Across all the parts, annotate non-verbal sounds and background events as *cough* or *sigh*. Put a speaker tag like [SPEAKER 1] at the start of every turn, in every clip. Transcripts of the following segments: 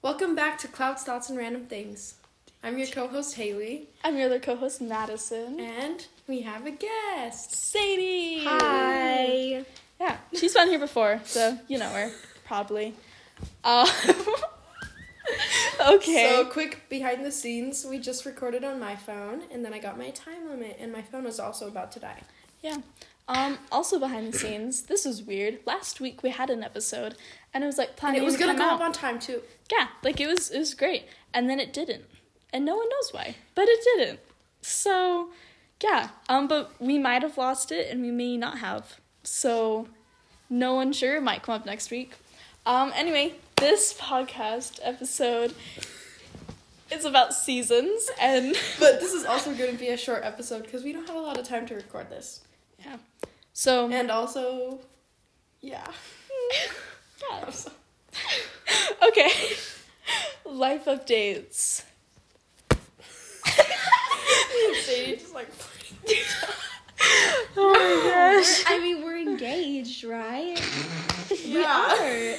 [SPEAKER 1] Welcome back to Clouds, Thoughts, and Random Things. I'm your co host, Haley,
[SPEAKER 2] I'm your other co-host Madison.
[SPEAKER 1] and we have a guest.
[SPEAKER 2] Sadie.
[SPEAKER 1] Hi.
[SPEAKER 2] Yeah, she's been here before, so you know her probably. Um, *laughs* okay.
[SPEAKER 1] So, quick behind the scenes, we just recorded on my phone, and then I got my time limit, and my phone was also about to die.
[SPEAKER 2] yeah. Um, also behind the scenes, this is weird. Last week we had an episode, and it was like
[SPEAKER 1] And
[SPEAKER 2] planning
[SPEAKER 1] it was
[SPEAKER 2] to
[SPEAKER 1] gonna
[SPEAKER 2] come
[SPEAKER 1] go
[SPEAKER 2] out.
[SPEAKER 1] up on time, too.
[SPEAKER 2] yeah, like it was it was great, and then it didn't, and no one knows why, but it didn't. So, yeah. Um, but we might have lost it, and we may not have. So, no one sure it might come up next week. Um, anyway, this podcast episode is about seasons, and
[SPEAKER 1] But this is also gonna be a short episode because we don't have a lot of time to record this.
[SPEAKER 2] yeah. *laughs* So
[SPEAKER 1] And also,
[SPEAKER 3] *laughs*
[SPEAKER 1] yeah.
[SPEAKER 2] yeah. *laughs* okay. Life *laughs* updates.
[SPEAKER 1] Sadie just like.
[SPEAKER 2] Oh my gosh.
[SPEAKER 3] I mean, we're engaged, right?
[SPEAKER 1] Yeah.
[SPEAKER 2] *laughs*
[SPEAKER 3] Or-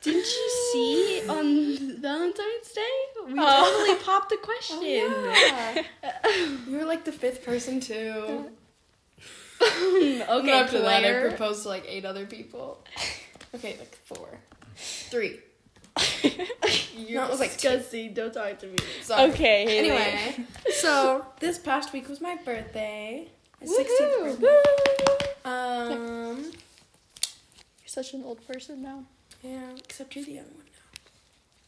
[SPEAKER 3] Didn't you see on Valentine's Day? We
[SPEAKER 2] Oh.
[SPEAKER 3] totally popped the question.
[SPEAKER 2] *laughs*
[SPEAKER 1] yeah.
[SPEAKER 3] *laughs*
[SPEAKER 1] You're like the fifth person to.
[SPEAKER 2] *laughs*
[SPEAKER 1] I'm
[SPEAKER 3] okay,
[SPEAKER 1] gonna have to let her
[SPEAKER 3] Claire.
[SPEAKER 1] propose to like eight other people. Okay, like four, three. No, it was like two.
[SPEAKER 3] disgusting. Don't talk to me.
[SPEAKER 1] Sorry.
[SPEAKER 2] Okay. Haley.
[SPEAKER 1] Anyway,
[SPEAKER 3] *laughs*
[SPEAKER 1] so this past week was my birthday. My 16th
[SPEAKER 3] Woohoo!
[SPEAKER 1] birthday. Um,
[SPEAKER 2] You're such an old person now.
[SPEAKER 1] yeah. Except you're the young one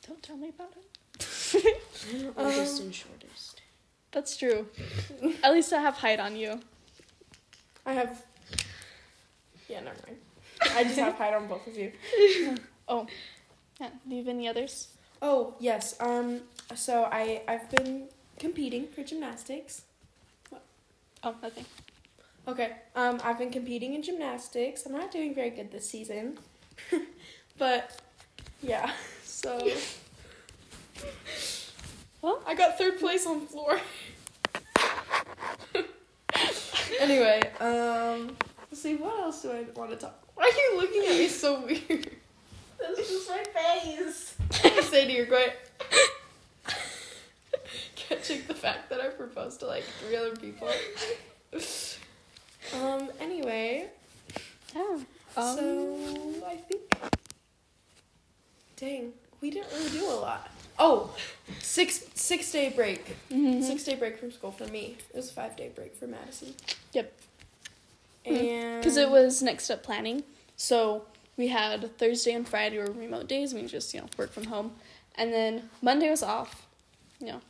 [SPEAKER 2] Don't tell me about it.
[SPEAKER 3] *laughs* Oldest and shortest.
[SPEAKER 2] That's true. *laughs* At least I have height on you.
[SPEAKER 1] now. I have. Yeah, never mind. I just have height on both of you.
[SPEAKER 2] Yeah. Do you have any others?
[SPEAKER 1] Oh yes. Um. So I I've been competing for gymnastics.
[SPEAKER 2] Oh, nothing.
[SPEAKER 1] Okay. Um, I've been competing in gymnastics. I'm not doing very good this season, *laughs* but yeah. *laughs* So.
[SPEAKER 2] Well.
[SPEAKER 1] I got third place on floor. *laughs* anyway, um, let's see. What else do I want to talk? Why are you looking at me so *laughs* weird?
[SPEAKER 3] That's just my face.
[SPEAKER 1] Say to your quiet. *laughs* Catching the fact that I proposed to like three other people.
[SPEAKER 3] *laughs*
[SPEAKER 1] um. Anyway.
[SPEAKER 2] Yeah. Um,
[SPEAKER 1] so I think. Dang, we didn't really do a lot. Oh, six six day break,
[SPEAKER 2] mhm.
[SPEAKER 1] six day break from school for me. It was a five day break for Madison.
[SPEAKER 2] Yep.
[SPEAKER 1] And
[SPEAKER 2] Because it was next step planning. So we had Thursday and Friday were remote days. We just, you know, work from home. And then Monday was off, you know.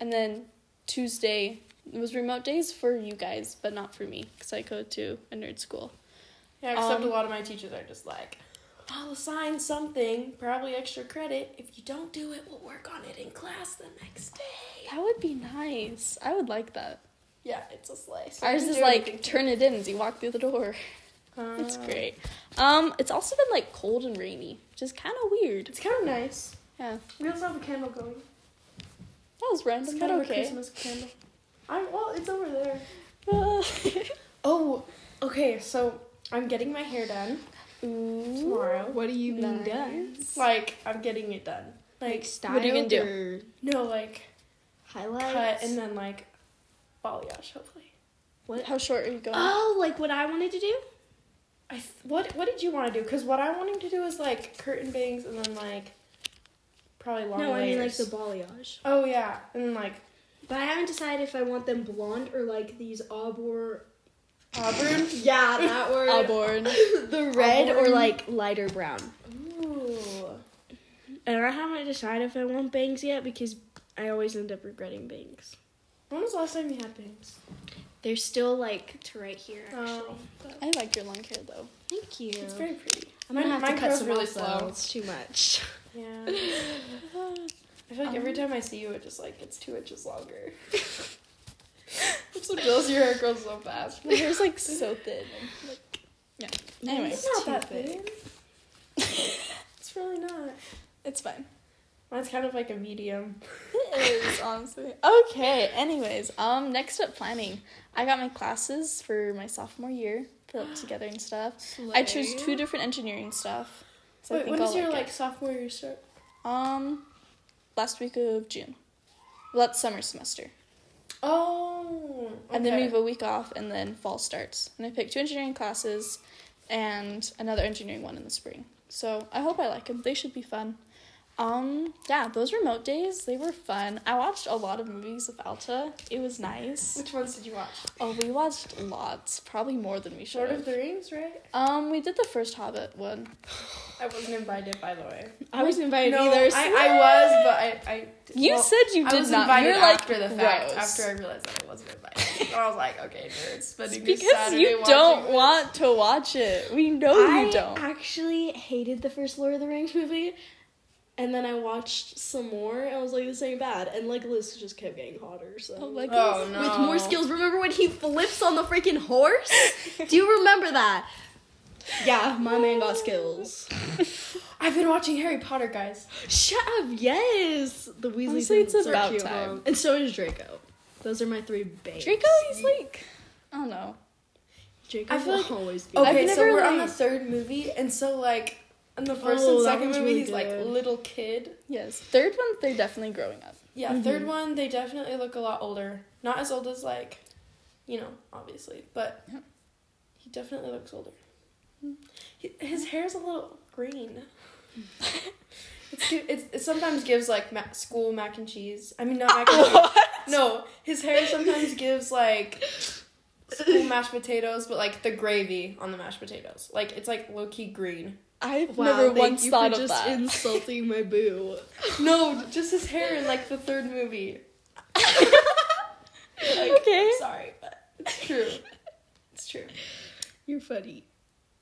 [SPEAKER 2] And then Tuesday was remote days for you guys, but not for me because I go to a nerd school.
[SPEAKER 1] yeah, except
[SPEAKER 2] um,
[SPEAKER 1] a lot of my teachers are just like, I'll assign something, probably extra credit. If you don't do it, we'll work on it in class the next day.
[SPEAKER 2] That would be nice. I would like that.
[SPEAKER 1] Yeah, it's a slice.
[SPEAKER 2] Ours is like turn it in as you walk through the door. *laughs* It's great. Um, it's also been like cold and rainy, which is kind of weird.
[SPEAKER 1] It's kind of nice.
[SPEAKER 2] Yeah,
[SPEAKER 1] We also have a candle going.
[SPEAKER 2] that was
[SPEAKER 1] It's
[SPEAKER 2] random,
[SPEAKER 1] kind
[SPEAKER 2] but
[SPEAKER 1] of a
[SPEAKER 2] okay. *laughs*
[SPEAKER 1] Christmas candle. I'm well. It's over there.
[SPEAKER 2] Uh,
[SPEAKER 1] Oh, okay. So I'm getting my hair done
[SPEAKER 2] Ooh.
[SPEAKER 1] tomorrow.
[SPEAKER 3] What do you
[SPEAKER 2] mean
[SPEAKER 3] mean
[SPEAKER 2] done?
[SPEAKER 3] done?
[SPEAKER 1] Like I'm getting it done.
[SPEAKER 3] Like
[SPEAKER 1] Like
[SPEAKER 3] style
[SPEAKER 2] what are you gonna do?
[SPEAKER 3] or
[SPEAKER 1] no, like
[SPEAKER 3] highlights?
[SPEAKER 1] cut and then like balayage. Hopefully.
[SPEAKER 3] What?
[SPEAKER 2] How short are you going?
[SPEAKER 3] Oh, like what I wanted to do?
[SPEAKER 1] I th- what What did you want to do? Because what I wanted to do is like curtain bangs and then like probably long
[SPEAKER 3] no, I mean like
[SPEAKER 1] layers.
[SPEAKER 3] the balayage.
[SPEAKER 1] Oh yeah, and then, like
[SPEAKER 3] But I haven't decided if I want them blonde or like these auburn.
[SPEAKER 1] auburn.
[SPEAKER 3] *laughs* Yeah, *laughs* that word.
[SPEAKER 2] Auburn.
[SPEAKER 3] *laughs* the red or
[SPEAKER 1] Auburn.
[SPEAKER 3] like lighter brown.
[SPEAKER 1] Ooh.
[SPEAKER 3] And I haven't decided if I want bangs yet because I always end up regretting bangs.
[SPEAKER 1] When was the last time you had bangs?
[SPEAKER 3] They're still like to right here actually.
[SPEAKER 1] Oh,
[SPEAKER 2] I like your long hair though.
[SPEAKER 3] Thank you.
[SPEAKER 1] it's very pretty. *laughs*
[SPEAKER 3] I'm gonna
[SPEAKER 1] Mine-
[SPEAKER 3] have
[SPEAKER 1] mine
[SPEAKER 3] to cut
[SPEAKER 1] grows
[SPEAKER 3] some
[SPEAKER 1] really
[SPEAKER 3] really slow.
[SPEAKER 1] slow.
[SPEAKER 3] It's too much.
[SPEAKER 1] Yeah. I feel like every time I see you, it just like it's two inches longer. I'm so jealous your hair grows so fast.
[SPEAKER 2] My hair's like so thin. Like, yeah. Anyway,
[SPEAKER 1] It's not
[SPEAKER 3] too
[SPEAKER 1] that
[SPEAKER 3] thick.
[SPEAKER 2] *laughs*
[SPEAKER 1] thin. it's really not.
[SPEAKER 2] it's fine.
[SPEAKER 1] Mine's kind of like a medium.
[SPEAKER 2] It
[SPEAKER 1] *laughs*
[SPEAKER 2] is honestly okay. Anyways, um, next up planning. I got my classes for my sophomore year put up together and stuff. I chose two different engineering stuff. So I
[SPEAKER 1] Wait,
[SPEAKER 2] think
[SPEAKER 1] when
[SPEAKER 2] I'll
[SPEAKER 1] does your
[SPEAKER 2] like it.
[SPEAKER 1] like sophomore year start?
[SPEAKER 2] Um, last week of June. Well, that's summer semester.
[SPEAKER 1] Oh.
[SPEAKER 2] And then we
[SPEAKER 1] okay.
[SPEAKER 2] have a week off, and then fall starts. And I picked two engineering classes and another engineering one in the spring. So I hope I like them. They should be fun. Um, yeah, those remote days, they were fun. I watched a lot of movies with Alta. It
[SPEAKER 1] *laughs*
[SPEAKER 2] was nice.
[SPEAKER 1] Which ones did you watch?
[SPEAKER 2] Oh, we watched lots, probably more than we should
[SPEAKER 1] Lord of
[SPEAKER 2] have.
[SPEAKER 1] the Rings, right?
[SPEAKER 2] Um, we did the first Hobbit one.
[SPEAKER 1] I wasn't invited, by the way.
[SPEAKER 3] I wasn't invited
[SPEAKER 1] no,
[SPEAKER 3] either.
[SPEAKER 1] I, I was, but I. I
[SPEAKER 2] You
[SPEAKER 1] well,
[SPEAKER 2] said you did
[SPEAKER 1] I was
[SPEAKER 2] not.
[SPEAKER 1] invited
[SPEAKER 2] You're like
[SPEAKER 1] after the fact.
[SPEAKER 2] gross.
[SPEAKER 1] After
[SPEAKER 2] *laughs*
[SPEAKER 1] I realized that I wasn't invited, I was like, okay, nerds,
[SPEAKER 2] It's
[SPEAKER 1] spending this
[SPEAKER 2] because
[SPEAKER 1] Saturday
[SPEAKER 2] you
[SPEAKER 1] watching
[SPEAKER 2] don't
[SPEAKER 1] this.
[SPEAKER 2] want to watch it. We know
[SPEAKER 3] I
[SPEAKER 2] you don't.
[SPEAKER 3] actually hated the first Lord of the Rings movie, and then I watched some more, and I was like, this ain't bad. And Legolas just kept getting hotter, so.
[SPEAKER 2] Oh, Legolas.
[SPEAKER 1] Oh no!
[SPEAKER 3] With more skills. Remember when he flips on the freaking horse? Do you remember that? Yeah, my man got skills.
[SPEAKER 1] I've been watching Harry Potter, guys.
[SPEAKER 3] Shut up, yes! The Weasley
[SPEAKER 2] Honestly, it's
[SPEAKER 3] twins are
[SPEAKER 2] about
[SPEAKER 3] cute.
[SPEAKER 2] time.
[SPEAKER 3] And so is Draco. Those are my three babes.
[SPEAKER 2] Draco, he's like, I don't know.
[SPEAKER 3] Draco
[SPEAKER 1] I feel
[SPEAKER 3] will
[SPEAKER 1] like-
[SPEAKER 3] always be.
[SPEAKER 1] Okay,
[SPEAKER 2] I've
[SPEAKER 1] so
[SPEAKER 2] never,
[SPEAKER 1] we're on the
[SPEAKER 2] like-
[SPEAKER 1] third movie, and so like in the first
[SPEAKER 3] Oh,
[SPEAKER 1] and
[SPEAKER 3] that
[SPEAKER 1] second
[SPEAKER 3] one's
[SPEAKER 1] movie,
[SPEAKER 3] really
[SPEAKER 1] he's like
[SPEAKER 3] good.
[SPEAKER 1] little kid.
[SPEAKER 2] Yes. Third one, they're definitely growing up.
[SPEAKER 1] Yeah, third one, they definitely look a lot older. Not as old as like, you know, obviously, but
[SPEAKER 2] Yeah.
[SPEAKER 1] he definitely looks older. He, his hair's a little green. it's, gi- it's it sometimes gives like ma- school mac and cheese. I mean, not mac and cheese. No, his hair sometimes gives like school mashed potatoes, but like the gravy on the mashed potatoes, like it's like low key green.
[SPEAKER 2] I've
[SPEAKER 3] Wow,
[SPEAKER 2] never
[SPEAKER 3] thank
[SPEAKER 2] once
[SPEAKER 3] you
[SPEAKER 2] thought
[SPEAKER 3] for
[SPEAKER 2] of
[SPEAKER 3] just
[SPEAKER 2] that. *laughs*
[SPEAKER 3] insulting my boo.
[SPEAKER 1] No, just his hair in like the third movie. Like,
[SPEAKER 2] Okay.
[SPEAKER 1] I'm sorry, but it's true. *laughs* It's true.
[SPEAKER 3] *laughs* You're funny.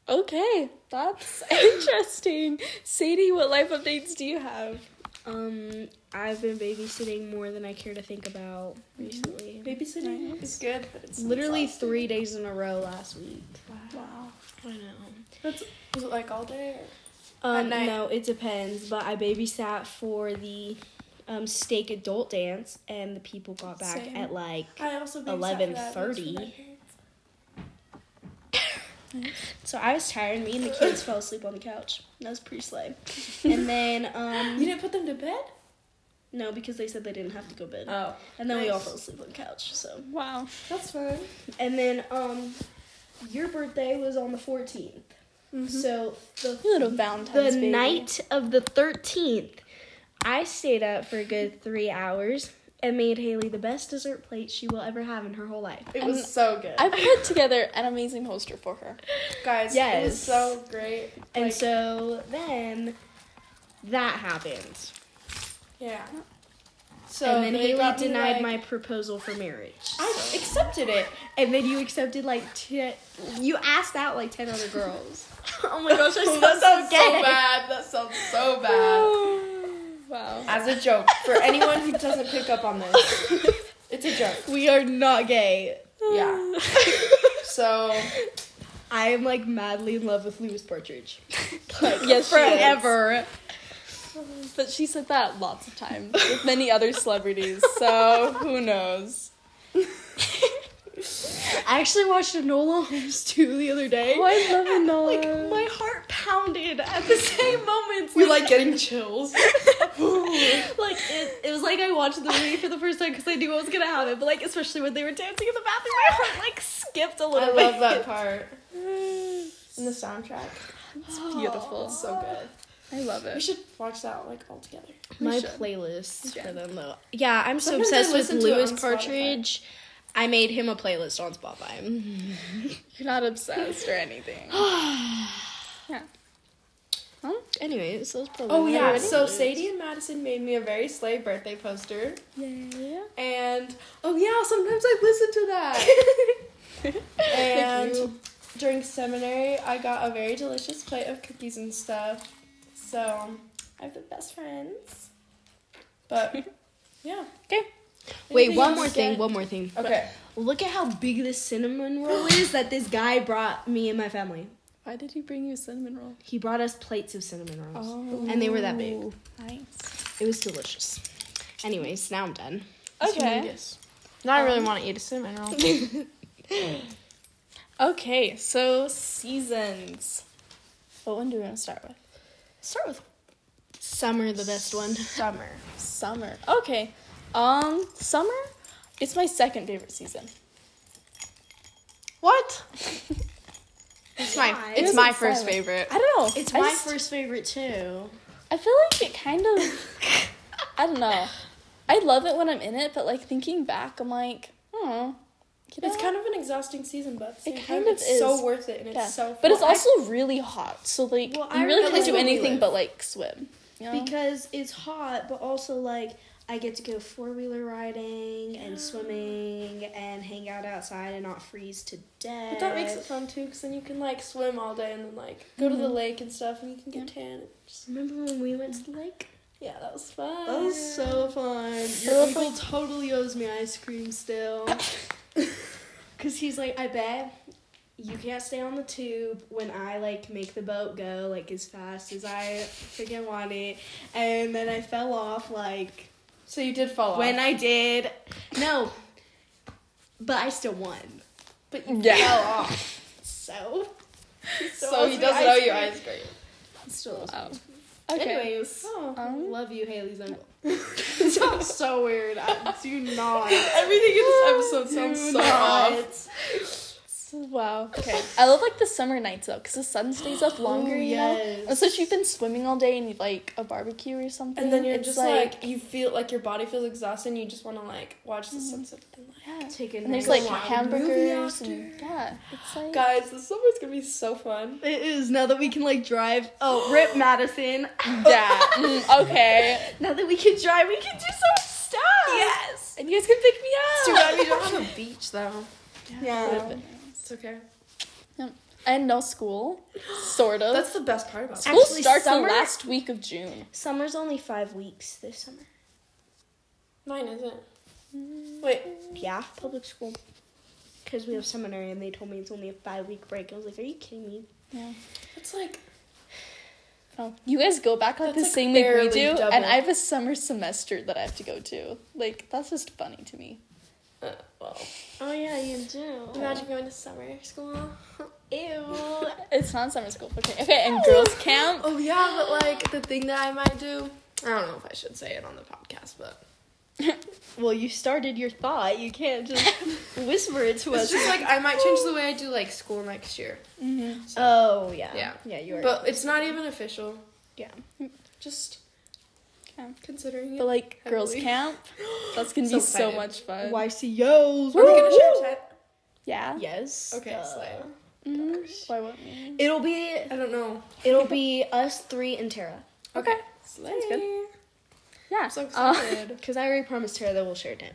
[SPEAKER 2] Okay, that's *laughs* interesting. Sadie, what life updates do you have?
[SPEAKER 3] Um, I've been babysitting more than I care to think about recently.
[SPEAKER 1] Babysitting is good, but it's
[SPEAKER 3] Literally
[SPEAKER 1] exhausting.
[SPEAKER 3] three days in a row last week.
[SPEAKER 2] Wow.
[SPEAKER 3] I know.
[SPEAKER 1] That's, was it like all day? Or? At
[SPEAKER 3] Um,
[SPEAKER 1] night.
[SPEAKER 3] no, it depends. But I babysat for the um, steak adult dance, and the people got back
[SPEAKER 2] Same.
[SPEAKER 3] at like.
[SPEAKER 1] I also babysat for that, but it's for
[SPEAKER 3] 11:30.
[SPEAKER 1] my parents.
[SPEAKER 3] So I was tired. and Me and the kids fell asleep on the couch. That was pretty slay. and then
[SPEAKER 1] You
[SPEAKER 3] um,
[SPEAKER 1] didn't put them to bed?
[SPEAKER 3] no, because they said they didn't have to go to bed.
[SPEAKER 1] Oh,
[SPEAKER 3] and then we all
[SPEAKER 1] nice.
[SPEAKER 3] fell asleep on the couch. So
[SPEAKER 2] Wow.
[SPEAKER 1] that's fine.
[SPEAKER 3] and then um, your birthday was on the 14th. Mm-hmm.
[SPEAKER 1] Mm-hmm.
[SPEAKER 3] So the
[SPEAKER 2] You little
[SPEAKER 3] the
[SPEAKER 2] Valentine's baby.
[SPEAKER 3] night of the 13th, I stayed up for a good three hours and made Haley the best dessert plate she will ever have in her whole life.
[SPEAKER 1] It was
[SPEAKER 2] And
[SPEAKER 1] so good,
[SPEAKER 2] I put together an amazing poster for her.
[SPEAKER 1] guys. it
[SPEAKER 3] Yes.
[SPEAKER 1] was so great.
[SPEAKER 3] and
[SPEAKER 1] Like,
[SPEAKER 3] so then that happened.
[SPEAKER 1] yeah. So
[SPEAKER 3] and then
[SPEAKER 1] they
[SPEAKER 3] Haley
[SPEAKER 1] got me,
[SPEAKER 3] denied
[SPEAKER 1] like-
[SPEAKER 3] my
[SPEAKER 1] *laughs*
[SPEAKER 3] proposal for marriage.
[SPEAKER 1] I accepted it.
[SPEAKER 3] and then you accepted like ten. You asked out like ten other girls. *laughs* oh my
[SPEAKER 1] that *laughs*
[SPEAKER 3] gosh, I
[SPEAKER 1] sounds
[SPEAKER 3] sound so
[SPEAKER 1] so
[SPEAKER 3] gay.
[SPEAKER 1] bad. That sounds so bad.
[SPEAKER 3] *laughs*
[SPEAKER 2] wow.
[SPEAKER 1] *laughs* As a joke, for anyone who doesn't pick up on this, it's a joke.
[SPEAKER 3] We are not gay. *laughs*
[SPEAKER 1] Yeah. So
[SPEAKER 3] I am like madly in love with Lewis *laughs* Partridge. Like,
[SPEAKER 2] Yes, she is.
[SPEAKER 3] forever.
[SPEAKER 2] But she said that lots of times with many other celebrities, so who knows?
[SPEAKER 3] I actually watched Enola Holmes 2 the other day.
[SPEAKER 2] Oh, I love
[SPEAKER 3] And,
[SPEAKER 2] Enola.
[SPEAKER 3] *laughs* Like, my heart pounded at the same moments.
[SPEAKER 1] we like getting chills.
[SPEAKER 3] like it, it was like I watched the movie for the first time because I knew what was gonna happen. But like, especially when they were dancing in the bathroom, my heart like skipped a little
[SPEAKER 1] I
[SPEAKER 3] bit.
[SPEAKER 1] love *laughs* that part. And the soundtrack. *gasps*
[SPEAKER 2] It's beautiful.
[SPEAKER 1] It's so good.
[SPEAKER 2] I love
[SPEAKER 1] We
[SPEAKER 2] it.
[SPEAKER 1] should watch that like all together.
[SPEAKER 2] We
[SPEAKER 3] my
[SPEAKER 2] should.
[SPEAKER 3] playlist
[SPEAKER 2] Yeah.
[SPEAKER 3] for them though. Yeah, I'm so
[SPEAKER 1] Sometimes I
[SPEAKER 3] obsessed with
[SPEAKER 1] listen to it
[SPEAKER 3] Lewis
[SPEAKER 1] on Spotify.
[SPEAKER 3] Partridge. I made him a playlist on Spotify.
[SPEAKER 2] You're not obsessed or anything.
[SPEAKER 3] *gasps*
[SPEAKER 2] yeah. Well,
[SPEAKER 3] Anyways, those probably
[SPEAKER 1] Oh
[SPEAKER 3] my
[SPEAKER 1] yeah.
[SPEAKER 3] favorites.
[SPEAKER 1] So Sadie and Madison made me a very slay birthday poster.
[SPEAKER 2] yeah.
[SPEAKER 1] And oh yeah, sometimes I listen to that. *laughs* and during seminary, I got a very delicious plate of cookies and stuff. So I have the best friends. *laughs* But yeah,
[SPEAKER 2] Okay.
[SPEAKER 3] Wait,
[SPEAKER 1] Anything
[SPEAKER 3] one
[SPEAKER 1] else
[SPEAKER 3] more
[SPEAKER 1] you
[SPEAKER 3] thing.
[SPEAKER 1] get?
[SPEAKER 3] One more thing.
[SPEAKER 1] Okay.
[SPEAKER 3] Look at how big this cinnamon roll is that this guy brought me and my family.
[SPEAKER 2] Why did he bring you a cinnamon roll?
[SPEAKER 3] He brought us plates of cinnamon rolls. And they were that big.
[SPEAKER 2] Oh, Nice.
[SPEAKER 3] It was delicious. Anyways, now I'm done.
[SPEAKER 2] Okay.
[SPEAKER 1] Now
[SPEAKER 2] I really
[SPEAKER 1] want to eat a cinnamon roll.
[SPEAKER 2] Okay, so seasons. What one do we want to start with?
[SPEAKER 3] Start with Summer, the best one.
[SPEAKER 1] Summer.
[SPEAKER 2] Summer. Okay. Um, summer. It's my second favorite season.
[SPEAKER 1] *laughs* What? it's my
[SPEAKER 3] Why?
[SPEAKER 1] it's
[SPEAKER 2] It
[SPEAKER 1] my
[SPEAKER 2] wasn't
[SPEAKER 1] first
[SPEAKER 2] silent.
[SPEAKER 1] favorite.
[SPEAKER 2] I don't know.
[SPEAKER 3] It's
[SPEAKER 2] I
[SPEAKER 3] my
[SPEAKER 2] just-
[SPEAKER 3] first favorite too.
[SPEAKER 2] I feel like it kind of. I don't know. I love it when I'm in it, but like thinking back, I'm like, oh, you know?
[SPEAKER 1] It's kind of an exhausting season, but at the
[SPEAKER 2] It
[SPEAKER 1] same
[SPEAKER 2] kind
[SPEAKER 1] time,
[SPEAKER 2] of
[SPEAKER 1] it's so
[SPEAKER 2] is.
[SPEAKER 1] worth it, and
[SPEAKER 2] Yeah.
[SPEAKER 1] it's so. Fun.
[SPEAKER 2] But it's
[SPEAKER 1] I-
[SPEAKER 2] also really hot, so like
[SPEAKER 3] Well, I
[SPEAKER 2] you really
[SPEAKER 3] remember
[SPEAKER 2] can't do
[SPEAKER 3] when we
[SPEAKER 2] anything
[SPEAKER 3] lived-
[SPEAKER 2] but like swim. You know?
[SPEAKER 3] Because it's hot, but also like I get to go four wheeler riding and swimming and hang out outside and not freeze to death.
[SPEAKER 1] But that makes it fun too, because then you can like swim all day and then like go to the lake and stuff, and you can get tan. and Just,
[SPEAKER 3] Remember when we went to the lake?
[SPEAKER 1] yeah, that was fun.
[SPEAKER 3] That was so fun. Your uncle totally owes me ice cream still. Cause he's like, I bet you can't stay on the tube when I like make the boat go like as fast as I freaking want it, and then I fell off like
[SPEAKER 1] So you did fall
[SPEAKER 3] when
[SPEAKER 1] off.
[SPEAKER 3] I did. No, but I still won.
[SPEAKER 1] but you
[SPEAKER 2] Yeah.
[SPEAKER 1] fell off.
[SPEAKER 3] So
[SPEAKER 1] So,
[SPEAKER 3] owes
[SPEAKER 1] he
[SPEAKER 3] me
[SPEAKER 1] doesn't
[SPEAKER 3] ice
[SPEAKER 1] owe you
[SPEAKER 3] cream.
[SPEAKER 1] ice cream.
[SPEAKER 3] still.
[SPEAKER 2] Wow. Okay.
[SPEAKER 3] Anyways,
[SPEAKER 1] Oh.
[SPEAKER 2] Um,
[SPEAKER 3] love you, Haley's uncle. *laughs* it sounds so weird. I do
[SPEAKER 1] Oh. *laughs*
[SPEAKER 3] not.
[SPEAKER 1] Everything in this
[SPEAKER 3] *laughs*
[SPEAKER 1] episode sounds so off.
[SPEAKER 2] so- wow. Oh, Okay. I love like the summer nights though, because the sun stays
[SPEAKER 1] Oh,
[SPEAKER 2] up longer. you know.
[SPEAKER 3] yes.
[SPEAKER 2] And so if you've been swimming all day and you like a barbecue or something,
[SPEAKER 1] And then you're
[SPEAKER 2] it's
[SPEAKER 1] just like, you feel like your body feels exhausted, and you just want to like watch the sunset. And, like,
[SPEAKER 2] yeah.
[SPEAKER 3] Take a
[SPEAKER 2] And there's like
[SPEAKER 3] nice-
[SPEAKER 2] hamburgers and yeah, it's like *laughs*
[SPEAKER 1] Guys, this summer's gonna be so fun.
[SPEAKER 3] It is now that we can like drive. Oh, Rip Madison. *laughs*
[SPEAKER 2] that. Mm, okay.
[SPEAKER 3] now that we can drive, we can do some stuff.
[SPEAKER 2] *laughs* Yes. And you guys can pick me up.
[SPEAKER 1] Too bad we don't have a beach though.
[SPEAKER 2] Would've been-
[SPEAKER 1] It's okay.
[SPEAKER 2] And no school, sort of.
[SPEAKER 1] That's the best part about it.
[SPEAKER 2] school
[SPEAKER 3] Actually,
[SPEAKER 2] starts
[SPEAKER 3] summer-
[SPEAKER 2] the last week of June.
[SPEAKER 3] Summer's only five weeks this summer.
[SPEAKER 1] Mine isn't.
[SPEAKER 3] Mm.
[SPEAKER 1] Wait,
[SPEAKER 3] Yeah, public school. Because we have seminary, and they told me it's only a five week break. I was like, Are you kidding me?
[SPEAKER 2] Yeah.
[SPEAKER 1] it's like
[SPEAKER 2] Oh, you guys go back like the
[SPEAKER 1] That's, like,
[SPEAKER 2] same week we
[SPEAKER 1] barely
[SPEAKER 2] do,
[SPEAKER 1] double.
[SPEAKER 2] and I have a summer semester that I have to go to. Like that's just funny to me.
[SPEAKER 1] uh, well.
[SPEAKER 3] Oh yeah, you do.
[SPEAKER 1] Imagine going to summer school. *laughs*
[SPEAKER 3] Ew.
[SPEAKER 2] It's not summer school. Okay, okay,
[SPEAKER 1] *gasps*
[SPEAKER 2] and girls camp.
[SPEAKER 1] Oh yeah, but like the thing that I might do. I don't know if I should say it on the podcast, but
[SPEAKER 3] Well, you started your thought. You can't *laughs* just whisper it to
[SPEAKER 1] it's just like I might change the way I do like school next year. Mm-hmm.
[SPEAKER 2] Mhm.
[SPEAKER 3] oh yeah.
[SPEAKER 1] Yeah.
[SPEAKER 3] Yeah, you are.
[SPEAKER 1] But it's not even official.
[SPEAKER 3] yeah.
[SPEAKER 1] Just
[SPEAKER 2] Okay.
[SPEAKER 1] considering
[SPEAKER 2] But
[SPEAKER 1] it.
[SPEAKER 2] like girls
[SPEAKER 1] Heavily.
[SPEAKER 2] camp, that's gonna
[SPEAKER 1] So
[SPEAKER 2] be so
[SPEAKER 1] excited.
[SPEAKER 2] much fun.
[SPEAKER 3] Um, YCOs.
[SPEAKER 1] Are we gonna share chat?
[SPEAKER 2] Yeah.
[SPEAKER 3] Yes.
[SPEAKER 1] Okay,
[SPEAKER 3] Uh,
[SPEAKER 1] slay. Oh
[SPEAKER 2] Mhm. Why won't we?
[SPEAKER 3] It'll be
[SPEAKER 1] I don't know.
[SPEAKER 3] it'll be us three and Tara.
[SPEAKER 1] Okay, slay.
[SPEAKER 2] Sounds good. Yeah.
[SPEAKER 1] I'm so
[SPEAKER 2] Uh,
[SPEAKER 1] excited.
[SPEAKER 3] Because I already promised Tara that we'll share a tent.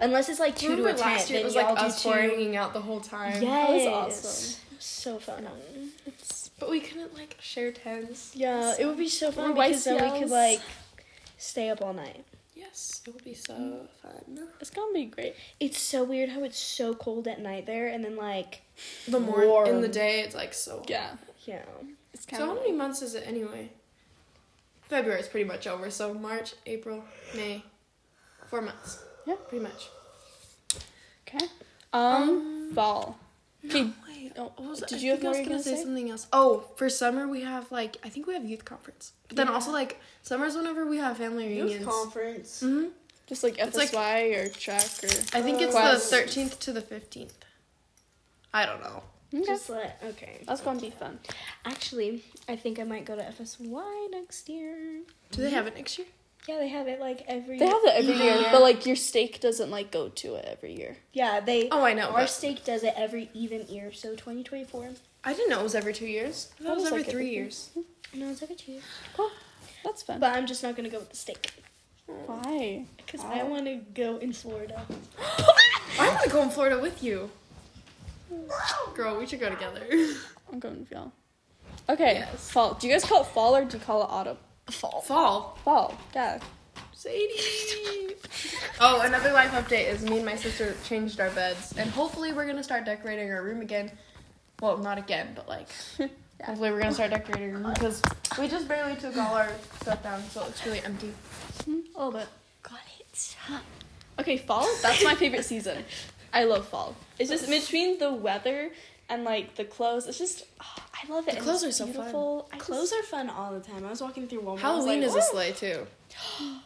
[SPEAKER 3] Unless it's like *laughs* two
[SPEAKER 1] Remember
[SPEAKER 3] to a tent,
[SPEAKER 1] last year
[SPEAKER 3] then
[SPEAKER 1] it was
[SPEAKER 3] y'all
[SPEAKER 1] like
[SPEAKER 3] do
[SPEAKER 1] us
[SPEAKER 3] two.
[SPEAKER 1] four hanging out the whole time.
[SPEAKER 3] Yes.
[SPEAKER 2] That was awesome.
[SPEAKER 3] So fun.
[SPEAKER 2] *laughs* it's-
[SPEAKER 1] But we couldn't like share tents.
[SPEAKER 3] Yeah, it would be so fun
[SPEAKER 2] Or
[SPEAKER 3] because then we
[SPEAKER 2] YCLs.
[SPEAKER 3] could like stay up all night.
[SPEAKER 1] Yes, it would be
[SPEAKER 2] Mm-hmm.
[SPEAKER 1] so fun.
[SPEAKER 2] it's gonna be great.
[SPEAKER 3] It's so weird how it's so cold at night there, and then like
[SPEAKER 1] The morning in the
[SPEAKER 3] Warm.
[SPEAKER 1] day, it's like so.
[SPEAKER 2] Yeah.
[SPEAKER 3] yeah,
[SPEAKER 2] It's
[SPEAKER 1] So
[SPEAKER 2] kind
[SPEAKER 1] how
[SPEAKER 2] of.
[SPEAKER 1] many months is it anyway? February is pretty much over. So March, April, May, four months.
[SPEAKER 2] Yeah.
[SPEAKER 1] pretty much.
[SPEAKER 2] Okay. Um, fall. Okay.
[SPEAKER 1] Wait, oh, what was
[SPEAKER 2] Did
[SPEAKER 1] I
[SPEAKER 2] you have
[SPEAKER 1] think I was
[SPEAKER 2] more you were
[SPEAKER 1] gonna
[SPEAKER 2] gonna
[SPEAKER 1] say,
[SPEAKER 2] say?
[SPEAKER 1] something else. Oh, for summer we have like I think we have youth conference, but then also like summer's whenever we have family reunions.
[SPEAKER 3] conference.
[SPEAKER 1] hmm
[SPEAKER 2] Just like
[SPEAKER 1] It's like-
[SPEAKER 2] FSY or track or.
[SPEAKER 1] I think it's the
[SPEAKER 2] Class.
[SPEAKER 1] thirteenth to the fifteenth. I don't know.
[SPEAKER 3] Just let okay.
[SPEAKER 2] That's gonna be fun.
[SPEAKER 3] Actually, I think I might go to FSY next year.
[SPEAKER 1] Do
[SPEAKER 2] Mm-hmm.
[SPEAKER 1] they have it next year?
[SPEAKER 3] Yeah, they have it like every.
[SPEAKER 2] They have that every year,
[SPEAKER 1] Yeah.
[SPEAKER 2] but like your steak doesn't like go to it every year.
[SPEAKER 3] Yeah, they.
[SPEAKER 1] Oh, I know.
[SPEAKER 3] Our
[SPEAKER 1] but
[SPEAKER 3] stake does it every even year, so 2024.
[SPEAKER 1] I didn't know it was every two years. I thought
[SPEAKER 2] That
[SPEAKER 1] it was
[SPEAKER 2] was,
[SPEAKER 1] every
[SPEAKER 2] like,
[SPEAKER 1] three
[SPEAKER 2] everything.
[SPEAKER 1] years.
[SPEAKER 3] No, it's every two years.
[SPEAKER 2] That's fun.
[SPEAKER 3] But I'm just not gonna go with the stake
[SPEAKER 2] *laughs* Why?
[SPEAKER 3] because
[SPEAKER 1] Oh.
[SPEAKER 3] I want to go in Florida.
[SPEAKER 1] I want to go in Florida with you. Girl, we should go together. *laughs*
[SPEAKER 2] I'm going to y'all. Okay,
[SPEAKER 1] Yes.
[SPEAKER 2] fall. Do you guys call it fall or do you call it autumn?
[SPEAKER 1] Fall. Fall.
[SPEAKER 2] Fall. Yeah.
[SPEAKER 1] Sadie. *laughs* oh, another life update is me and my sister changed our beds, and hopefully we're gonna start decorating our room again. Well, not again, but *laughs* like hopefully we're gonna start decorating our room because we just barely took all our stuff down, so it's really empty.
[SPEAKER 2] A little bit.
[SPEAKER 3] Got it.
[SPEAKER 2] Okay, fall. That's my favorite season. I love fall. It's just in between the weather and like the clothes. It's just oh, I I love it.
[SPEAKER 1] The
[SPEAKER 2] and
[SPEAKER 1] clothes
[SPEAKER 2] it's
[SPEAKER 1] are so fun.
[SPEAKER 2] beautiful. I
[SPEAKER 3] Clothes
[SPEAKER 2] just-
[SPEAKER 3] are fun all the time. I was walking through Walmart.
[SPEAKER 1] Halloween
[SPEAKER 3] I was
[SPEAKER 1] is
[SPEAKER 3] like,
[SPEAKER 1] a
[SPEAKER 3] "What?"
[SPEAKER 1] sleigh too.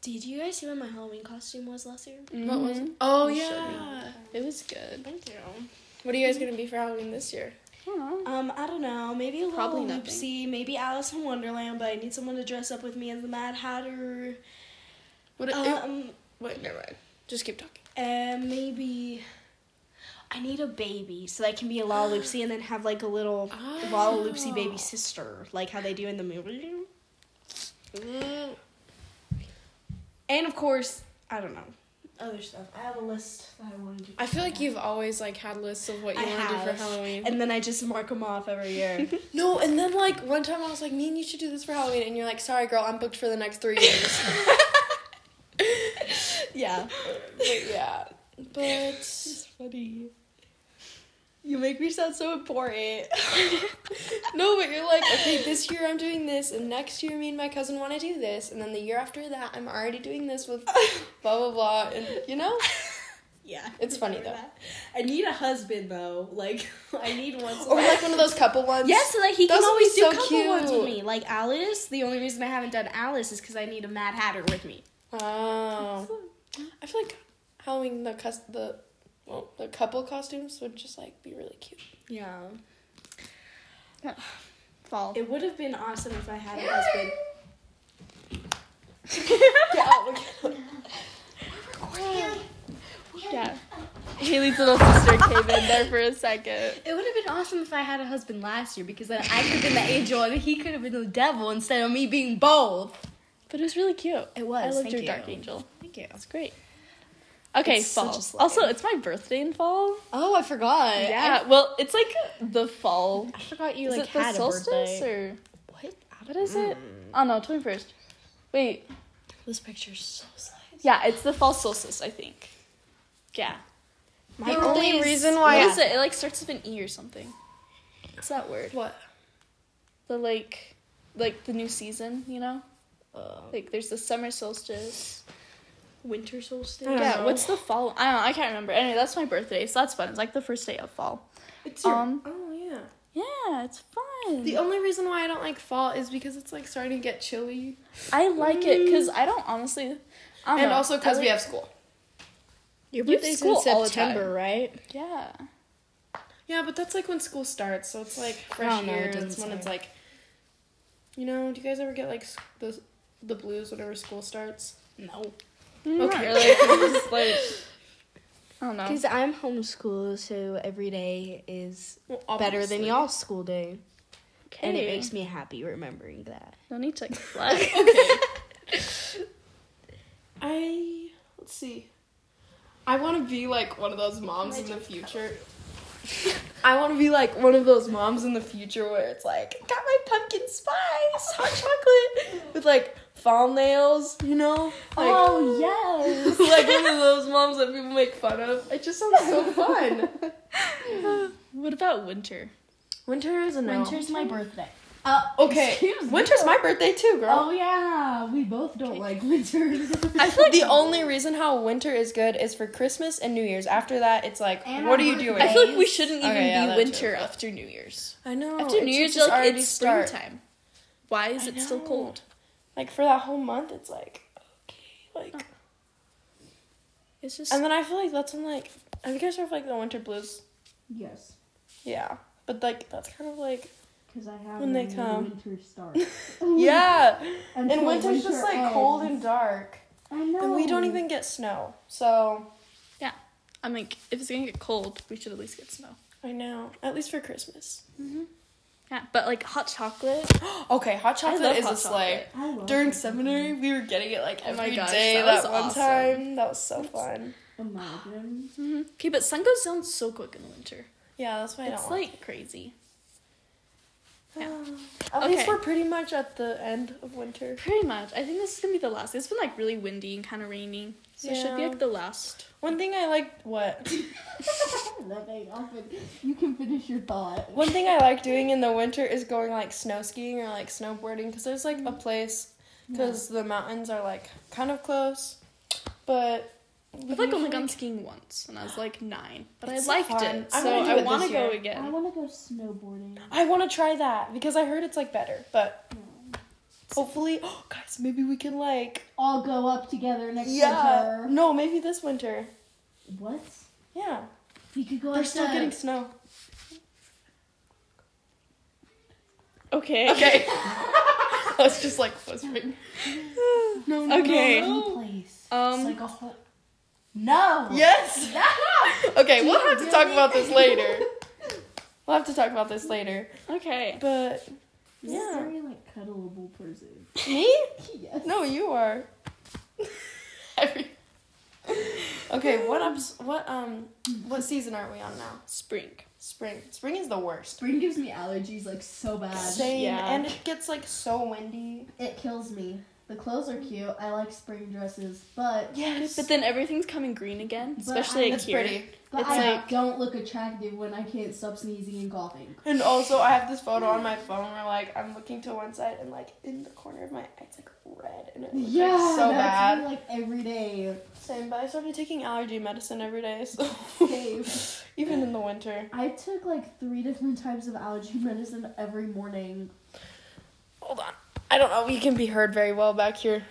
[SPEAKER 3] Did you guys see what my Halloween costume was last year?
[SPEAKER 1] What was?
[SPEAKER 2] Mhm.
[SPEAKER 1] Oh
[SPEAKER 3] You showed me.
[SPEAKER 1] yeah, it was good.
[SPEAKER 3] Thank you.
[SPEAKER 1] What are you guys gonna be for Halloween this year?
[SPEAKER 2] Aw.
[SPEAKER 3] Um, I don't know. Maybe a
[SPEAKER 1] Probably
[SPEAKER 3] little
[SPEAKER 1] nothing.
[SPEAKER 3] Oopsie. Maybe Alice in Wonderland. But I need someone to dress up with me as the Mad Hatter.
[SPEAKER 1] What? it-
[SPEAKER 3] Um,
[SPEAKER 1] wait, never mind. Just keep talking.
[SPEAKER 3] and maybe I need a baby so that I can be a Lollipsy and then have like a little
[SPEAKER 1] Oh.
[SPEAKER 3] Lollipsy baby sister, like how they do in the movie. Mm. And of course, I don't know. Other stuff. I have a list that I want to do.
[SPEAKER 1] I feel like you've always like had lists of what you
[SPEAKER 3] I
[SPEAKER 1] want to do for
[SPEAKER 3] have.
[SPEAKER 1] Halloween.
[SPEAKER 3] And then I just mark them off every year.
[SPEAKER 1] *laughs* no, and then like one time I was like, "Man, you should do this for Halloween," and you're like, "Sorry, girl, I'm booked for the next three
[SPEAKER 3] *laughs*
[SPEAKER 1] years." *laughs*
[SPEAKER 3] yeah.
[SPEAKER 1] but, yeah, but
[SPEAKER 3] funny. You make me sound so important. *laughs*
[SPEAKER 1] no, but you're like, okay, this year I'm doing this, and next year me and my cousin want to do this, and then the year after that I'm already doing this
[SPEAKER 3] *laughs*
[SPEAKER 1] with blah blah blah, and you know,
[SPEAKER 3] *laughs* yeah.
[SPEAKER 1] It's funny, though.
[SPEAKER 3] I need a husband though. Like *laughs* I need one. so
[SPEAKER 1] or
[SPEAKER 3] that-
[SPEAKER 1] like one of those couple ones.
[SPEAKER 3] Yes, so that he
[SPEAKER 1] Those
[SPEAKER 3] can
[SPEAKER 1] would be
[SPEAKER 3] always do
[SPEAKER 1] so
[SPEAKER 3] couple
[SPEAKER 1] cute.
[SPEAKER 3] ones with me. Like Alice, the only reason I haven't done Alice is because I need a Mad Hatter with me.
[SPEAKER 1] Oh, I feel like Halloween the cus- the well the couple costumes would just like be really cute.
[SPEAKER 3] Yeah.
[SPEAKER 2] Fall.
[SPEAKER 3] It would have been awesome if I had a *laughs* husband.
[SPEAKER 2] Yeah. Haley's little sister came in there for a second.
[SPEAKER 3] It would have been awesome if I had a husband last year because then I could have been the angel and he could have been the devil instead of me being both.
[SPEAKER 2] But it was really cute.
[SPEAKER 3] It was,
[SPEAKER 2] I loved
[SPEAKER 3] thank
[SPEAKER 2] your
[SPEAKER 3] you.
[SPEAKER 2] dark angel.
[SPEAKER 3] Thank you.
[SPEAKER 2] That's great. Okay,
[SPEAKER 3] It's such a
[SPEAKER 2] fall.
[SPEAKER 3] slay.
[SPEAKER 2] Also, it's my birthday in fall.
[SPEAKER 3] Oh, I forgot.
[SPEAKER 2] Uh, yeah. well, it's like the fall.
[SPEAKER 3] I forgot you
[SPEAKER 2] Is
[SPEAKER 3] like
[SPEAKER 2] it the
[SPEAKER 3] had a
[SPEAKER 2] solstice
[SPEAKER 3] birthday.
[SPEAKER 2] or
[SPEAKER 3] What?
[SPEAKER 2] what is it? Oh no, twenty first. Wait,
[SPEAKER 3] This picture's so slice.
[SPEAKER 2] yeah, it's the fall solstice, I think. Yeah.
[SPEAKER 3] My
[SPEAKER 1] The only
[SPEAKER 3] birthday is-
[SPEAKER 1] reason
[SPEAKER 2] What
[SPEAKER 1] why-
[SPEAKER 2] is
[SPEAKER 1] Yeah.
[SPEAKER 2] it? It like starts with an E or something. What's that word?
[SPEAKER 1] What?
[SPEAKER 2] The like, like the new season, you know?
[SPEAKER 3] Uh,
[SPEAKER 2] Like there's the summer solstice.
[SPEAKER 3] winter solstice.
[SPEAKER 1] I don't
[SPEAKER 2] Yeah,
[SPEAKER 1] know.
[SPEAKER 2] what's the fall? I don't know, I can't remember. Anyway, that's my birthday, so that's fun. It's like the first day of fall.
[SPEAKER 3] It's
[SPEAKER 2] Um,
[SPEAKER 1] Oh yeah.
[SPEAKER 2] yeah, it's fun.
[SPEAKER 1] The only reason why I don't like fall is because it's like starting to get chilly,
[SPEAKER 2] I like it because I don't honestly. I
[SPEAKER 1] Mm.
[SPEAKER 2] don't
[SPEAKER 1] and
[SPEAKER 2] know.
[SPEAKER 1] also
[SPEAKER 2] I
[SPEAKER 1] because we
[SPEAKER 2] like-
[SPEAKER 1] have school.
[SPEAKER 3] your
[SPEAKER 2] You have school all the time.
[SPEAKER 3] right?
[SPEAKER 2] Yeah.
[SPEAKER 1] Yeah, but that's like when school starts, so it's like
[SPEAKER 3] I
[SPEAKER 1] fresh
[SPEAKER 3] don't know, it
[SPEAKER 1] year.
[SPEAKER 3] doesn't
[SPEAKER 1] That's when it's
[SPEAKER 3] start.
[SPEAKER 1] like, you know, do you guys ever get like s- the the blues whenever school starts?
[SPEAKER 3] No.
[SPEAKER 2] Not
[SPEAKER 1] Okay.
[SPEAKER 2] really, 'cause it's like. I don't know.
[SPEAKER 3] Because I'm homeschooled, so every day is
[SPEAKER 1] Well,
[SPEAKER 3] better than
[SPEAKER 1] obviously.
[SPEAKER 3] y'all's school day. And it
[SPEAKER 2] Okay.
[SPEAKER 3] makes me happy remembering that.
[SPEAKER 2] No need to flex.
[SPEAKER 1] I let's see. I want to be like one of those moms in the future. *laughs* I want to be like one of those moms in the future where it's like got my pumpkin spice hot chocolate with like fall nails, you know, like
[SPEAKER 2] oh yes.
[SPEAKER 1] *laughs* like one of those moms that people make fun of. It just sounds *laughs* so fun.
[SPEAKER 2] *laughs* What about winter?
[SPEAKER 1] Winter is a no.
[SPEAKER 3] my birthday.
[SPEAKER 1] Uh, okay. Winter's my birthday too, girl.
[SPEAKER 3] Oh, yeah, we both don't like winter.
[SPEAKER 1] I feel like the only reason how winter is good is for Christmas and New Year's. After that, it's like,
[SPEAKER 3] And
[SPEAKER 1] what are
[SPEAKER 3] our
[SPEAKER 1] you doing?
[SPEAKER 2] I feel like we shouldn't even
[SPEAKER 1] Okay, yeah,
[SPEAKER 2] be
[SPEAKER 1] that's
[SPEAKER 2] winter
[SPEAKER 1] true.
[SPEAKER 2] after New Year's.
[SPEAKER 1] I know.
[SPEAKER 2] After
[SPEAKER 1] it
[SPEAKER 2] New
[SPEAKER 1] should
[SPEAKER 2] Year's, you're
[SPEAKER 1] just
[SPEAKER 2] like
[SPEAKER 1] already
[SPEAKER 2] it's
[SPEAKER 1] start.
[SPEAKER 2] springtime. Why is
[SPEAKER 1] I
[SPEAKER 2] it still
[SPEAKER 1] know.
[SPEAKER 2] cold?
[SPEAKER 1] Like for that whole month, it's like okay, like.
[SPEAKER 2] It's just.
[SPEAKER 1] And then I feel like that's when like have you guys heard of like the winter blues?
[SPEAKER 3] yes,
[SPEAKER 1] Yeah, but like that's kind of like
[SPEAKER 3] because I
[SPEAKER 2] Um,
[SPEAKER 3] have
[SPEAKER 1] When they when come.
[SPEAKER 3] winter
[SPEAKER 1] *laughs*
[SPEAKER 3] starts.
[SPEAKER 1] yeah,
[SPEAKER 2] *laughs*
[SPEAKER 1] and winter's just like cold and dark,
[SPEAKER 3] I know.
[SPEAKER 1] and we don't even get snow. So
[SPEAKER 2] yeah. I'm like, if it's gonna get cold, we should at least get snow.
[SPEAKER 1] I know at least for Christmas. *gasps*
[SPEAKER 2] Mm-hmm. Yeah, but like hot chocolate.
[SPEAKER 1] okay, hot chocolate
[SPEAKER 2] love
[SPEAKER 1] is
[SPEAKER 2] hot
[SPEAKER 1] a sleigh.
[SPEAKER 3] I love
[SPEAKER 1] During seminary, we were getting it like
[SPEAKER 2] Oh my
[SPEAKER 1] every day.
[SPEAKER 2] gosh,
[SPEAKER 1] that
[SPEAKER 2] that was
[SPEAKER 1] one
[SPEAKER 2] awesome.
[SPEAKER 1] time. That was so fun.
[SPEAKER 3] *laughs* Imagine.
[SPEAKER 2] Okay, but sun goes down so quick in the winter.
[SPEAKER 1] Yeah, that's why I
[SPEAKER 2] it's
[SPEAKER 1] don't
[SPEAKER 2] like crazy. yeah.
[SPEAKER 1] At
[SPEAKER 2] Okay.
[SPEAKER 1] least we're pretty much at the end of winter.
[SPEAKER 2] Pretty much. I think this is gonna be the last. It's been like really windy and kind of raining, so it should be
[SPEAKER 1] Yeah.
[SPEAKER 2] like the last.
[SPEAKER 1] One thing I liked what
[SPEAKER 4] Living often. You can finish your thought.
[SPEAKER 1] one thing I like doing in the winter is going like snow skiing or like snowboarding because there's
[SPEAKER 2] Mm.
[SPEAKER 1] like a place because the mountains are like kind of close, but
[SPEAKER 2] I've like only gone skiing once, and I was like nine, but
[SPEAKER 1] It's so
[SPEAKER 2] I liked
[SPEAKER 1] fun.
[SPEAKER 2] it,
[SPEAKER 1] I
[SPEAKER 2] so
[SPEAKER 1] wanna do it
[SPEAKER 2] I
[SPEAKER 1] this
[SPEAKER 2] want to go
[SPEAKER 1] year.
[SPEAKER 3] I
[SPEAKER 2] again.
[SPEAKER 3] want to go snowboarding.
[SPEAKER 1] I want to try that because I heard it's like better, but
[SPEAKER 3] No.
[SPEAKER 2] Mm.
[SPEAKER 1] hopefully, *gasps* oh, guys, maybe we can like
[SPEAKER 3] All go up together next
[SPEAKER 1] yeah,
[SPEAKER 3] winter.
[SPEAKER 1] no, maybe this winter.
[SPEAKER 3] What?
[SPEAKER 1] Yeah,
[SPEAKER 3] We could go
[SPEAKER 1] we're still
[SPEAKER 3] outside.
[SPEAKER 1] getting snow.
[SPEAKER 2] *laughs* Okay. *laughs*
[SPEAKER 1] Okay, *laughs* I was just like whispering.
[SPEAKER 3] No, no,
[SPEAKER 2] Okay.
[SPEAKER 3] no, no. Place.
[SPEAKER 2] Um,
[SPEAKER 3] it's like a whole. No.
[SPEAKER 1] Yes.
[SPEAKER 3] No.
[SPEAKER 1] Okay,
[SPEAKER 3] Do
[SPEAKER 1] we'll
[SPEAKER 3] you
[SPEAKER 1] have to
[SPEAKER 3] do
[SPEAKER 1] talk
[SPEAKER 3] it?
[SPEAKER 1] about this *laughs* later.
[SPEAKER 3] *laughs*
[SPEAKER 1] We'll have to talk about this later.
[SPEAKER 2] Okay.
[SPEAKER 1] But
[SPEAKER 3] This is
[SPEAKER 1] Yeah.
[SPEAKER 3] Very like cuddleable person. *laughs*
[SPEAKER 1] me?
[SPEAKER 3] yes.
[SPEAKER 1] No, you are. Every- okay, what ups, what um what season are we on now?
[SPEAKER 2] Spring.
[SPEAKER 1] Spring. Spring is the worst.
[SPEAKER 3] Spring gives me allergies like so bad.
[SPEAKER 1] Same,
[SPEAKER 2] yeah.
[SPEAKER 1] and it gets like so windy.
[SPEAKER 3] It kills me. The clothes are cute. I like spring dresses, but
[SPEAKER 1] Yes,
[SPEAKER 2] But then everything's coming green again, especially
[SPEAKER 3] I-
[SPEAKER 2] at
[SPEAKER 1] it's
[SPEAKER 2] here.
[SPEAKER 1] pretty.
[SPEAKER 3] but
[SPEAKER 2] It's
[SPEAKER 3] I
[SPEAKER 2] like-
[SPEAKER 3] don't look attractive when I can't stop sneezing and coughing.
[SPEAKER 1] And also, I have this photo on my phone where like I'm looking to one side and like in the corner of my eye, it's like red and it looks like, so
[SPEAKER 3] that's
[SPEAKER 1] bad.
[SPEAKER 3] me, like every day.
[SPEAKER 1] Same, but I started taking allergy medicine every day, so
[SPEAKER 3] Same.
[SPEAKER 1] *laughs* even in the winter.
[SPEAKER 3] I took like three different types of allergy medicine every morning.
[SPEAKER 1] Hold on, I don't know. We can be heard very well back *laughs* here.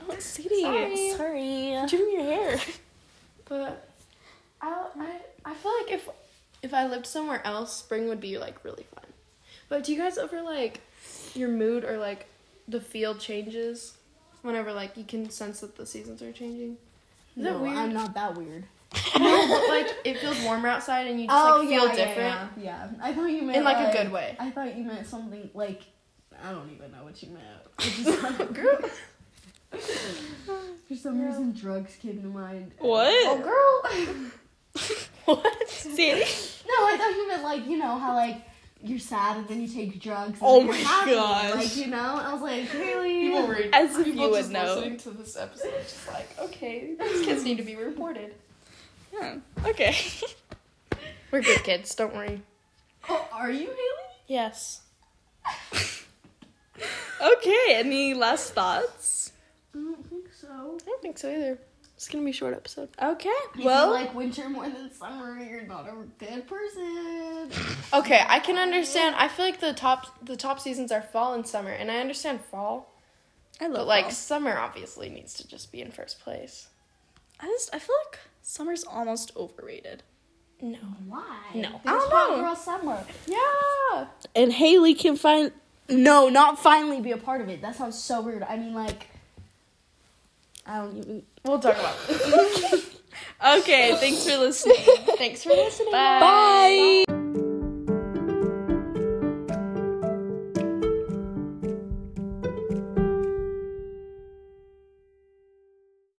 [SPEAKER 2] Oh, Sadie.
[SPEAKER 1] Sorry.
[SPEAKER 2] Sorry.
[SPEAKER 1] Trim your hair. But I, I I feel like if if I lived somewhere else, spring would be like really fun. But do you guys ever like your mood or like the feel changes whenever like you can sense that the seasons are changing? Is that weird? *laughs*
[SPEAKER 3] not that weird.
[SPEAKER 1] no, but like it feels warmer outside and you just like feel different
[SPEAKER 3] Oh, Yeah, I thought you meant
[SPEAKER 1] in like, a good *laughs* way.
[SPEAKER 3] I thought you meant something like I don't even know what you meant. It's just like-
[SPEAKER 1] Girl.
[SPEAKER 3] For some reason, drugs came to mind.
[SPEAKER 2] What?
[SPEAKER 3] Oh, girl.
[SPEAKER 2] What? Sadie.
[SPEAKER 3] No, I thought you meant like you know how like you're sad and then you take drugs. And
[SPEAKER 2] Oh
[SPEAKER 3] then you're
[SPEAKER 2] my
[SPEAKER 3] happy.
[SPEAKER 2] gosh.
[SPEAKER 3] Like you know, I was like really.
[SPEAKER 1] People were
[SPEAKER 2] As if
[SPEAKER 1] people
[SPEAKER 2] you would
[SPEAKER 1] just
[SPEAKER 2] know.
[SPEAKER 1] listening to this episode just like okay *sighs* these kids need to be reported.
[SPEAKER 2] Yeah. Okay. *laughs*
[SPEAKER 1] We're good kids, don't worry.
[SPEAKER 3] Oh, are you Haley?
[SPEAKER 2] Yes. okay. Any last thoughts?
[SPEAKER 3] I don't think so.
[SPEAKER 1] I don't think so either. It's gonna be a short episode.
[SPEAKER 2] Okay.
[SPEAKER 3] If
[SPEAKER 2] well.
[SPEAKER 3] you like winter more than summer, you're not a good person.
[SPEAKER 1] Okay, I can understand. I feel like the top the top seasons are fall and summer, and I understand fall,
[SPEAKER 2] I
[SPEAKER 1] but
[SPEAKER 2] love
[SPEAKER 1] like
[SPEAKER 2] fall.
[SPEAKER 1] summer obviously needs to just be in first place.
[SPEAKER 2] I just I feel like summer's almost overrated.
[SPEAKER 1] No.
[SPEAKER 3] Why?
[SPEAKER 2] No.
[SPEAKER 3] There's
[SPEAKER 2] I don't
[SPEAKER 3] hot
[SPEAKER 2] know.
[SPEAKER 3] girl summer.
[SPEAKER 1] Yeah.
[SPEAKER 3] And Haley can find. No, Oh, not finally be a part of it. That sounds so weird. I mean, like. I don't even.
[SPEAKER 1] We'll talk about. It.
[SPEAKER 2] Okay. thanks for listening.
[SPEAKER 1] Thanks for listening.
[SPEAKER 2] Bye.
[SPEAKER 3] Bye.